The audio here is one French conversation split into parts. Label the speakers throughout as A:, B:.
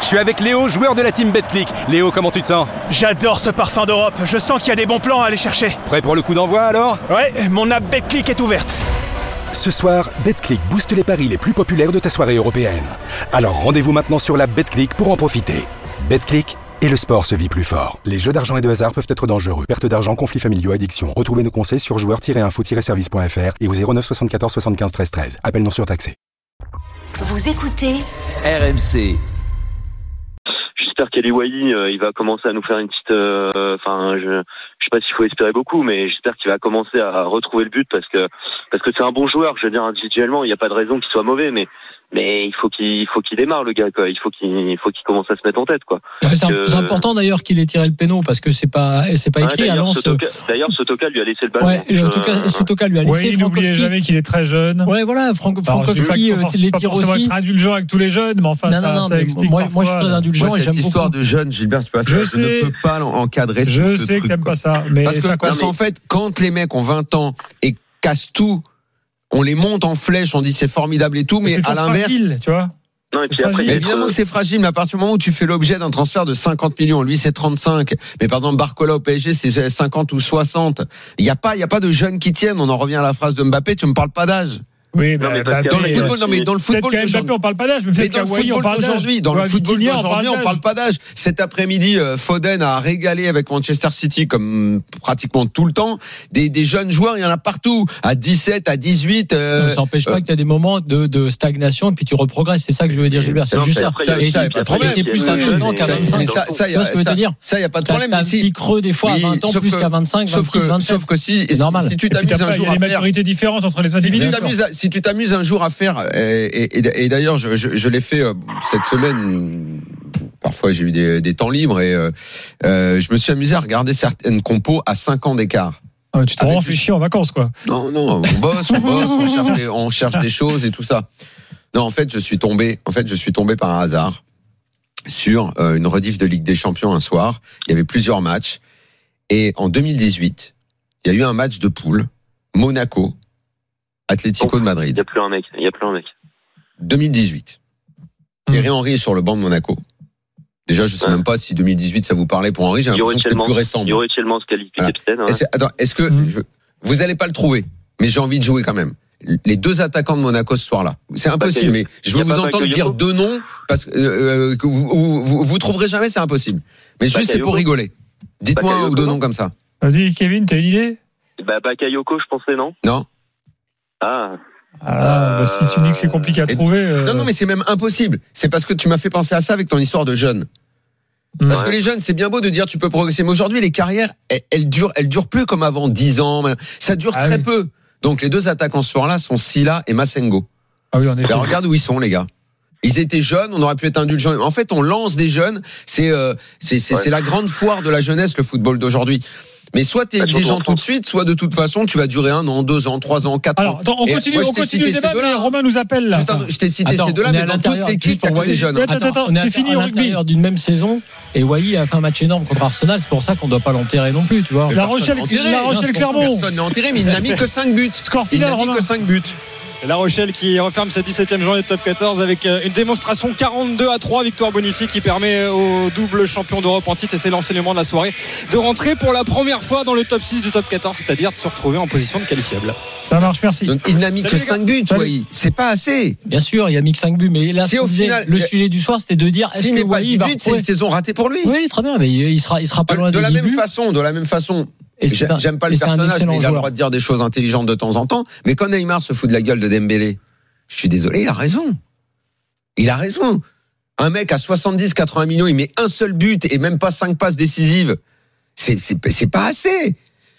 A: Je suis avec Léo, joueur de la team BetClick. Léo, comment tu te sens
B: J'adore ce parfum d'Europe, je sens qu'il y a des bons plans à aller chercher.
A: Prêt pour le coup d'envoi alors
B: Ouais, mon app BetClick est ouverte.
C: Ce soir, BetClick booste les paris les plus populaires de ta soirée européenne. Alors rendez-vous maintenant sur la BetClick pour en profiter. BetClick et le sport se vit plus fort. Les jeux d'argent et de hasard peuvent être dangereux. Perte d'argent, conflits familiaux, addiction. Retrouvez nos conseils sur joueurs-info-service.fr et au 09 74 75 13 13. Appel non surtaxé.
D: Vous écoutez
E: RMC.
F: J'espère qu'Eliwayi, il va commencer à nous faire une petite. euh, Enfin, je ne sais pas s'il faut espérer beaucoup, mais j'espère qu'il va commencer à retrouver le but parce que parce que c'est un bon joueur. Je veux dire individuellement, il n'y a pas de raison qu'il soit mauvais, mais mais il faut qu'il il faut qu'il démarre le gars. Quoi. Il faut qu'il il faut qu'il commence à se mettre en tête, quoi.
G: Ouais, C'est
F: Euh,
G: c'est important d'ailleurs qu'il ait tiré le péno parce que c'est pas c'est pas
F: Ouais,
G: Bah, écrit à
F: D'ailleurs,
G: Lens.
F: Sotoka, d'ailleurs, Sotoka lui a laissé le ballon.
G: Ouais, et en tout
F: Euh,
G: cas, Sotoka lui a
H: Ouais,
G: laissé
H: il n'oubliez
G: Frankowski.
H: jamais qu'il est très jeune.
G: Ouais, voilà, Frank,
H: Alors, je
G: Frankowski
H: sais
G: euh,
H: pas que
G: les
H: pas
G: tire
H: forcément
G: aussi.
H: être indulgent avec tous les jeunes, mais enfin,
G: Non,
H: ça,
G: non, non,
H: ça
G: mais
H: explique
G: moi, moi, je suis
H: parfois,
G: très
H: euh,
G: indulgent
I: Moi,
G: et
I: cette
G: j'aime
I: histoire
G: beaucoup.
I: de jeune, Gilbert, tu vois,
H: Je
I: ça, je,
H: sais.
I: ne peux pas l'encadrer. ce-
H: Je
I: ce
H: sais que
I: truc,
H: t'aimes
I: quoi.
H: pas ça, mais
I: Parce que-
H: ça
I: parce
H: compte.
I: qu'en fait, quand les mecs ont 20 ans et cassent tout, on les monte en flèche, on dit c'est formidable et tout, mais
H: C'est
I: à
H: toujours
I: l'inverse.
H: fragile, tu vois.
F: non, et
H: c'est
F: puis après,
H: fragile.
F: il va
I: Mais
F: être,
I: évidemment que c'est fragile, mais à partir du moment où tu fais l'objet d'un transfert de 50 millions, lui c'est 35, mais par exemple Barcola au PSG c'est 50 ou 60, il n'y a, pas- il y a pas de jeunes qui tiennent, on en revient à la phrase de Mbappé, tu me parles pas d'âge.
H: Oui,
F: Non, mais
H: mais
F: parce
H: Mbappé,
F: que-
I: Dans le
F: Oui,
I: football, non mais dans le
H: Peut-être
I: football
H: qu'à
I: aujourd'hui-
H: Mbappé, on parle pas d'âge, mais
I: mais
H: peut-être
I: dans
H: qu'à
I: le
H: Wai, on
I: football
H: parle d'âge.
I: d'aujourd'hui, dans
H: Ou à
I: le football
H: Vitinha,
I: d'aujourd'hui, on parle
H: d'âge.
I: pas d'âge. Cet après-midi, euh, Foden a régalé avec Manchester City comme mm, pratiquement tout le temps. Des, des jeunes joueurs, il y en a partout. À 17, à 18. euh,
G: Ça n'empêche
I: euh,
G: pas que tu as des moments de, de stagnation et puis tu reprogresses. C'est ça que je veux dire, Gilbert. C'est
I: Non,
G: juste
I: mais
G: ça.
I: après,
G: Et
I: il y a- ça, il y a pas de
G: c'est-
I: problème.
G: et c'est plus
I: Il y a-
G: maintenant qu'à
I: ça-
G: 25.
I: mais
G: Tu
I: ça, ça, il y a-
G: vois ce que je veux te
I: ça-
G: dire
I: Ça, il n'y a pas de
G: T'as
I: problème.
G: t'as un
I: mais si-
G: petit creux des fois à
I: Oui,
G: 20 ans,
I: sauf
G: plus
I: que-
G: qu'à 25,
I: sauf
G: 26,
I: que,
G: 27.
I: sauf que si,
G: C'est normal.
I: si tu
H: Et puis
I: t'amuses un
H: t'as- Il y
I: jour
H: a
I: à
H: des
I: faire
H: maturités différentes entre les
I: Si tu
H: individus.
I: t'amuses à- si tu t'amuses un jour à faire, euh, et, et- et d'ailleurs je, je- je l'ai fait euh, cette semaine, parfois j'ai eu des, des temps libres et euh, euh, je me suis amusé à regarder certaines compos à 5 ans d'écart.
H: Ah, Tu te
I: Avec
H: rends
I: du-
H: fait chier en vacances, quoi.
I: Non, non, on bosse, on bosse, on cherche, des, on cherche des choses et tout ça. Non, en fait, je suis tombé, en fait, je suis tombé par hasard sur euh, une rediff de Ligue des Champions un soir. Il y avait plusieurs matchs. Et en 2018, il y a eu un match de poule, Monaco, Atlético de
F: il y
I: Madrid,
F: a plus un mec. Il y a plus un mec.
I: 2018. Thierry Henry est sur le banc de Monaco. Déjà, je sais même pas si 2018 ça vous parlait pour Henry, j'ai
F: Il y aurait
I: l'impression que c'était
F: tellement,
I: plus récent.
F: il y aurait tellement se qualifier
I: Voilà.
F: capitaine. ouais.
I: Est-ce- attends, est-ce que
H: Mm.
I: je- vous allez pas le trouver Mais j'ai envie de jouer quand même. Les deux attaquants de Monaco ce soir-là, c'est impossible. Mais je
F: y
I: veux
F: a
I: vous
F: pas
I: entendre
F: Bakayoko
I: dire deux noms parce que, euh, que vous, vous, vous- vous trouverez jamais, c'est impossible. Mais juste c'est
F: Bakayoko
I: pour rigoler. Dites-moi un ou
F: Bakayoko,
I: deux
F: non
I: noms comme ça.
H: Vas-y, Kevin, t'as une idée
F: Bah, Bakayoko, je pensais, non
I: Non.
F: Ah,
H: Ah, bah, si tu dis que c'est compliqué à
I: Et-
H: trouver. euh,
I: Non, non, mais c'est même impossible. C'est parce que tu m'as fait penser à ça avec ton histoire de jeune. Parce
F: Ouais.
I: que les jeunes, c'est bien beau de dire tu peux progresser, mais aujourd'hui les carrières, elles, elles durent, elles durent plus comme avant, 10 ans. Ça dure
H: Ah
I: très
H: oui.
I: peu. Donc les deux attaquants ce soir-là sont Silla et Massengo.
H: Ah oui, en effet.
I: Ben, regarde où ils sont, les gars. Ils étaient jeunes, on aurait pu être indulgents. En fait, on lance des jeunes. C'est euh, c'est c'est-
F: Ouais.
I: c'est la grande foire de la jeunesse, le football d'aujourd'hui. Mais soit t'es
F: Bah, surtout en
I: exigeant tout de
F: France.
I: suite, soit de toute façon, tu vas durer un an, deux ans, trois ans, quatre
H: Alors,
I: ans.
H: attends, on
I: Et
H: continue,
I: moi, je
H: on
I: t'ai
H: continue le
I: cité ces
H: débat,
I: deux-là. hein.
H: mais Romain nous appelle là.
I: Juste un- je t'ai cité
G: Attends,
I: ces deux-là,
G: on est
I: mais
G: à
I: dans toute
G: l'intérieur,
I: l'équipe,
G: juste
I: t'as
G: pour
I: que ces
G: Wai.
I: jeunes.
H: Attends, attends,
G: on est
H: c'est fini,
G: à
H: rugby.
G: l'intérieur d'une même saison. Et Wai a fait un match énorme contre Arsenal. C'est pour ça qu'on ne doit pas l'enterrer non plus, tu vois.
H: La Rochelle, La Rochelle Clermont.
I: Personne n'a enterré, mais il n'a mis que 5 buts.
H: Score
I: Il
H: final,
I: n'a mis
H: Romain.
I: que 5 buts.
J: La Rochelle qui referme sa 17e journée de top 14 avec euh, une démonstration 42 à 3, victoire bonifiée qui permet euh, au double champion d'Europe en titre, et c'est l'enseignement de la soirée, de rentrer pour la première fois dans le top 6 du top 14, c'est-à-dire de se retrouver en position de qualifiable.
H: Ça marche, merci.
I: Donc, il n'a mis
J: Salut,
I: que
J: les gars.
I: 5 buts,
H: Salut.
I: Wai. C'est pas assez.
G: Bien sûr, il y a mis que 5 buts, mais là,
I: Si
G: ce qu'on
I: au
G: disait,
I: final,
G: le
I: il-
G: sujet du soir, c'était de dire est-ce
I: S'il
G: que
I: met pas
G: Wai
I: 10
G: va
I: buts, c'est une
G: retrouver-
I: saison ratée pour lui.
G: Oui, très bien, mais euh, il sera, il sera pas
I: De,
G: loin
I: de
G: des
I: la
G: 10
I: même
G: buts.
I: façon, de la même façon,
G: Et c'est
I: J'a-
G: un-
I: J'aime pas
G: et
I: le
G: c'est un
I: personnage,
G: excellent
I: mais il a le
G: joueur.
I: droit de dire des choses intelligentes de temps en temps. Mais quand Neymar se fout de la gueule de Dembélé, je suis désolé, il a raison. Il a raison. Un mec à 70-80 millions, il met un seul but et même pas cinq passes décisives. C'est- C'est c'est pas assez.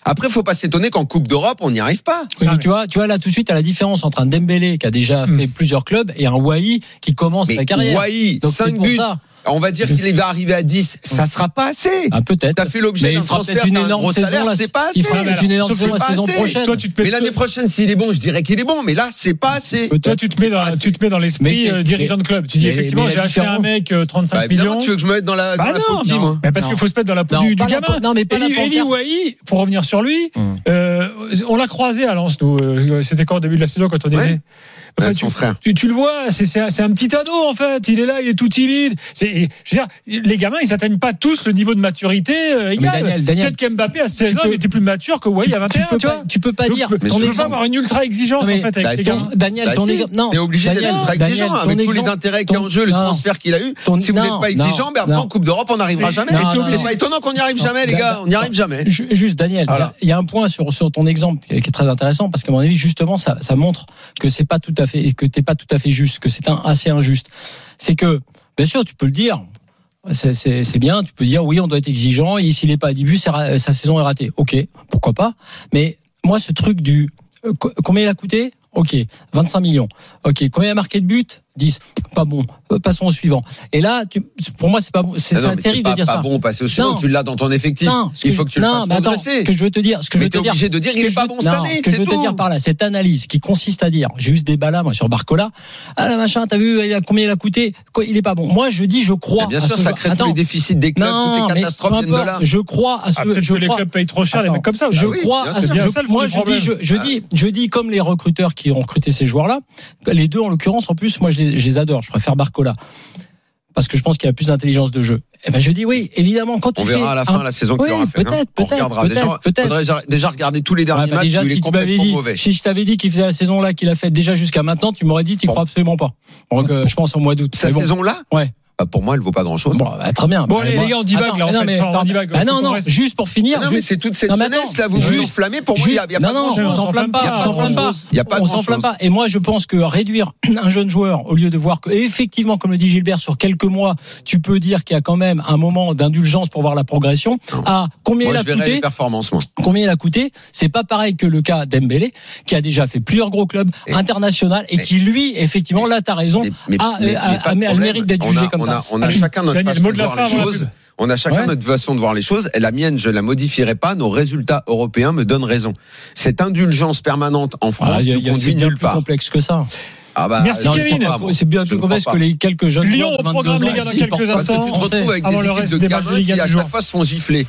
I: Après, faut pas s'étonner qu'en Coupe d'Europe, on n'y arrive pas.
G: Oui,
H: Ah,
G: mais tu vois, tu vois là tout de suite à la différence entre un Dembélé qui a déjà
H: Hmm.
G: fait plusieurs clubs et un Wai qui commence
I: Mais
G: sa carrière.
I: Wai,
G: Donc, c'est
I: 5
G: pour
I: buts,
G: ça.
I: on va dire qu'il va arriver à 10, ça sera pas assez.
G: Ah, peut-être.
I: T'as fait l'objet
G: Mais il
I: d'un
G: fera
I: transfert,
G: peut-être une
I: t'as un
G: énorme
I: gros
G: saison
I: salaire,
G: là.
I: c'est pas
G: Il
I: assez.
G: fera peut-être une énorme
H: Sauf
G: saison
H: que
G: la
I: c'est
G: saison
I: pas assez.
G: prochaine.
H: Toi, tu te
I: Mais
H: mets,
I: l'année prochaine, s'il est bon, je dirais qu'il est bon. Mais là, c'est pas assez.
H: toi,
G: Peut-être.
H: tu te mets
I: Ah,
H: dans, tu te mets dans l'esprit
G: Mais c'est-
H: euh, dirigeant de club. Tu dis
G: mais-
H: effectivement,
G: mais la
H: j'ai acheté un
G: différence-
H: mec euh, 35
I: Bah, évidemment,
H: millions.
I: tu veux que je me mette dans la, dans
H: Bah
I: la peau de qui, moi
H: non, mais parce
G: Non.
H: qu'il faut se mettre dans la peau
G: hein. Non,
H: du, du
G: pas la
H: gamin.
G: pan- non, mais pas la
H: Eli, Eli
G: panthère.
H: Wahi, pour revenir sur lui,
G: Hmm.
H: euh, on l'a croisé à Lens, nous. euh, C'était quand au début de la saison, quand on
I: Ouais.
H: était. Enfin,
I: Ouais,
H: tu,
I: son frère.
H: tu- tu le vois, c'est- c'est un c'est un petit ado en fait. Il est là, il est tout timide. C'est- Je veux dire, les gamins, ils n'atteignent pas tous le niveau de maturité euh,
G: Ah, Mais
H: égal.
G: Daniel, Daniel,
H: Peut-être qu'Mbappé à 16
G: tu
H: ans
G: peux-
H: il était plus mature que Wai
G: tu,
H: à
G: tu
H: 21.
G: peux
H: tu
G: pas,
H: vois
G: tu peux pas
H: Donc,
G: dire.
H: tu peux-
I: mais
H: tu
G: ton
H: peux pas
G: exemple-
H: avoir une ultra exigence
G: Non,
H: en
G: mais-
H: fait avec
I: bah,
H: ces
I: si.
H: gamins.
G: Daniel,
I: Bah
G: ton
I: si,
G: exemple- non,
I: T'es obligé
G: Daniel,
I: d'être ultra
G: Daniel,
I: exigeant
G: ton
I: avec tous les
G: exemple-
I: intérêts qui est
G: ton-
I: en jeu, le
G: non.
I: transfert qu'il a eu.
G: Ton-
I: Si vous
G: non,
I: n'êtes pas
G: non,
I: exigeant, ben après,
G: non.
I: en Coupe d'Europe, on n'arrivera
H: Mais-
I: jamais.
H: Non,
G: non,
I: C'est
G: non.
I: pas étonnant qu'on n'y arrive
G: Non,
I: jamais, les
G: bah,
I: gars.
G: bah,
I: On n'y arrive jamais.
G: Ju- Juste Daniel, il y a-
I: Voilà.
G: il y, a un point sur, sur ton exemple qui est qui est très intéressant parce qu'à mon avis justement ça, ça montre que c'est pas tout à fait que t'es pas tout à fait juste, que c'est un assez injuste. C'est que bien sûr tu peux le dire, c'est- c'est c'est bien, tu peux dire oui on doit être exigeant et s'il est pas à 10 buts c'est ra- sa saison est ratée. Ok, pourquoi pas. Mais moi ce truc du euh, co- combien il a coûté Ok, 25 millions. Ok, combien il a marqué de buts 10. Pas bon. Euh, Passons au suivant. Et là, tu- pour moi, c'est pas bon. C'est
I: Ah non,
G: c'est
I: mais c'est
G: terrible de
I: pas,
G: dire
I: pas
G: ça.
I: bon, passer au suivant.
G: Non.
I: Tu l'as dans ton effectif.
G: Non, ce
I: Il
G: que
I: faut
G: je-
I: que tu le
G: non,
I: fasses
G: mais attends,
I: progresser.
G: ce que je veux te dire, ce que
I: Mais
G: je veux
I: t'es
G: te dire,
I: obligé de dire
G: ce
I: qu'il
G: que
I: est
G: je
I: pas
G: veux-
I: bon cette
G: non,
I: année,
G: Ce que je
I: c'est
G: veux te
I: tout.
G: dire par là, cette analyse qui consiste à dire, j'ai eu ce débat là moi sur Barcola, ah là machin, t'as vu il a- combien il a coûté, Quoi, il est pas bon. Moi je dis, je crois.
I: Ah, Bien
G: à
I: sûr,
G: ce
I: ça
G: joueur.
I: crée tous
G: Attends,
I: les déficits des clubs,
G: non,
I: toutes les
G: mais peu
I: catastrophes viennent de
G: importe,
I: là.
G: je crois à ce,
H: Ah, peut-être
G: je
H: que les
G: crois.
H: clubs payent trop cher, les
G: Attends,
H: mecs comme ça.
G: Je
I: Ah oui,
G: crois
I: bien
G: à
I: sûr.
G: ce,
H: C'est bien
G: je-
H: ça, le
G: moi je
H: premier
G: dis, je, je dis, je dis comme les recruteurs qui ont recruté ces joueurs-là, les deux en l'occurrence, en plus, moi je les, je les adore, je préfère Barcola. Parce que je pense qu'il a plus d'intelligence de jeu. Eh ben je dis oui, évidemment quand
I: On
G: tu
I: verra
G: fais
I: à la
G: un-
I: fin la saison qu'il
G: oui,
I: aura fait. hein.
G: peut-être,
I: On
G: peut-être,
I: regardera. Déjà,
G: peut-être, peut-être.
I: faudrait déjà- déjà regarder tous les
G: Ouais,
I: derniers
G: bah
I: matchs
G: déjà,
I: où il est
G: si tu m'avais
I: complètement
G: dit,
I: mauvais.
G: si je t'avais dit qu'il faisait la saison là qu'il a fait déjà jusqu'à maintenant, tu m'aurais dit, tu crois absolument pas. Donc, euh, je pense au mois d'août.
I: Sa
G: Mais bon.
I: saison-là,
G: Ouais.
I: bah, pour moi, elle vaut pas grand-chose.
G: Bon, bah, très bien.
H: Bon,
G: Bah,
H: allez,
G: moi-
H: les gars, on divague,
G: Attends,
H: là, en
G: non,
H: fait.
G: mais,
H: Enfin, on
G: attends,
H: divague,
G: bah,
H: faut
G: non,
H: qu'on
G: non,
H: reste.
G: juste pour finir.
I: Non, mais
G: juste-
I: c'est toute cette
G: Non, mais
I: jeunesse
G: attends,
I: là, vous vous
G: juste-
I: enflammez. Pour moi, il
G: juste-
I: y a, il y a
G: non,
I: pas
G: non,
I: grand-chose.
G: on s'enflamme
H: Il y a
G: pas,
H: pas
G: on s'enflamme pas.
I: grand-chose. Il y a pas
G: on
I: grand-chose.
G: s'enflamme pas. Et moi, je pense que réduire un jeune joueur au lieu de voir que, effectivement, comme le dit Gilbert, sur quelques mois, tu peux dire qu'il y a quand même un moment d'indulgence pour voir la progression.
I: Non.
G: À combien
I: Ah Moi,
G: il
I: je
G: a
I: verrai les
G: coûté
I: performances, moi.
G: combien il a coûté. C'est pas pareil que le cas d'Embélé, qui a déjà fait plusieurs gros clubs
I: Et-
G: internationaux et
I: mais-
G: qui, lui, effectivement, là, t'as raison.
I: Mais, mais,
G: Ah,
I: mais-
G: euh,
I: mais
G: ah,
I: pas de
G: ah, mais elle
I: problème.
G: mérite d'être
I: On
G: jugée
I: a-
G: comme
I: on a-
G: ça.
I: On a
G: Allez,
I: chacun notre
H: Daniel,
I: façon
H: mot de
I: de
H: la
I: voir
H: fin
I: les
H: avant la
I: choses.
H: pub.
I: On a chacun
G: Ouais.
I: notre façon de voir les choses. Et la mienne, je la modifierai pas. Nos résultats européens me donnent raison. Cette indulgence permanente en
G: Ah,
I: France
G: il y a-
I: ne
G: il y a-
I: conduit
G: c'est bien
I: nulle
G: plus
I: part.
G: complexe que ça.
I: Ah bah,
H: Merci,
I: je ne
H: Kevin.
I: crois pas, moi.
G: C'est bien
I: Je
G: plus
I: ne crois
G: complexe
I: pas.
G: que les quelques jeunes
H: Lyon
G: joueurs de
H: au programme,
G: 22 ans
H: les gars, dans
G: ici,
H: quelques
G: portent-
I: Parce que
H: instants.
I: tu te retrouves avec
H: Avant
I: des
H: le
I: équipes
H: reste
I: de
H: des matchs de
I: gamins
H: Ligue
I: qui
H: un
I: à
H: du
I: chaque
H: jour.
I: fois se font gifler.